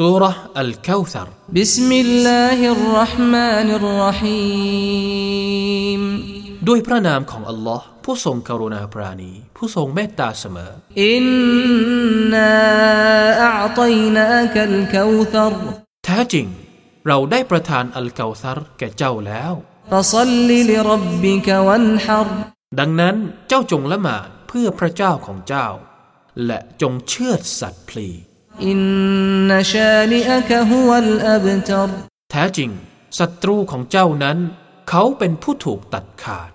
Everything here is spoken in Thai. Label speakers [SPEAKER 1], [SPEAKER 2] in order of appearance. [SPEAKER 1] سورة الكوثر
[SPEAKER 2] بسم الله الرحمن الرحيم
[SPEAKER 1] ด้วยพระนามของอัลลอฮ์ผู้ทรงกรุณาปราณี ผู้ทรงเมตตาเสมอ
[SPEAKER 2] إنا أعطيناك الكوثر
[SPEAKER 1] แท้จริง เราได้ประทานอัลเกาซัรแก่เจ้าแล้ว
[SPEAKER 2] فصل لربك وانحر
[SPEAKER 1] ดังนั้นเจ้าจงละหมาดเพื่อพระเจ้าของเจ้า และจงเชื่อสัตย์พลี
[SPEAKER 2] إن شانئك هو الأبتر
[SPEAKER 1] แท้จริงศัตรูของเจ้านั้น เขาเป็นผู้ถูกตัดขาด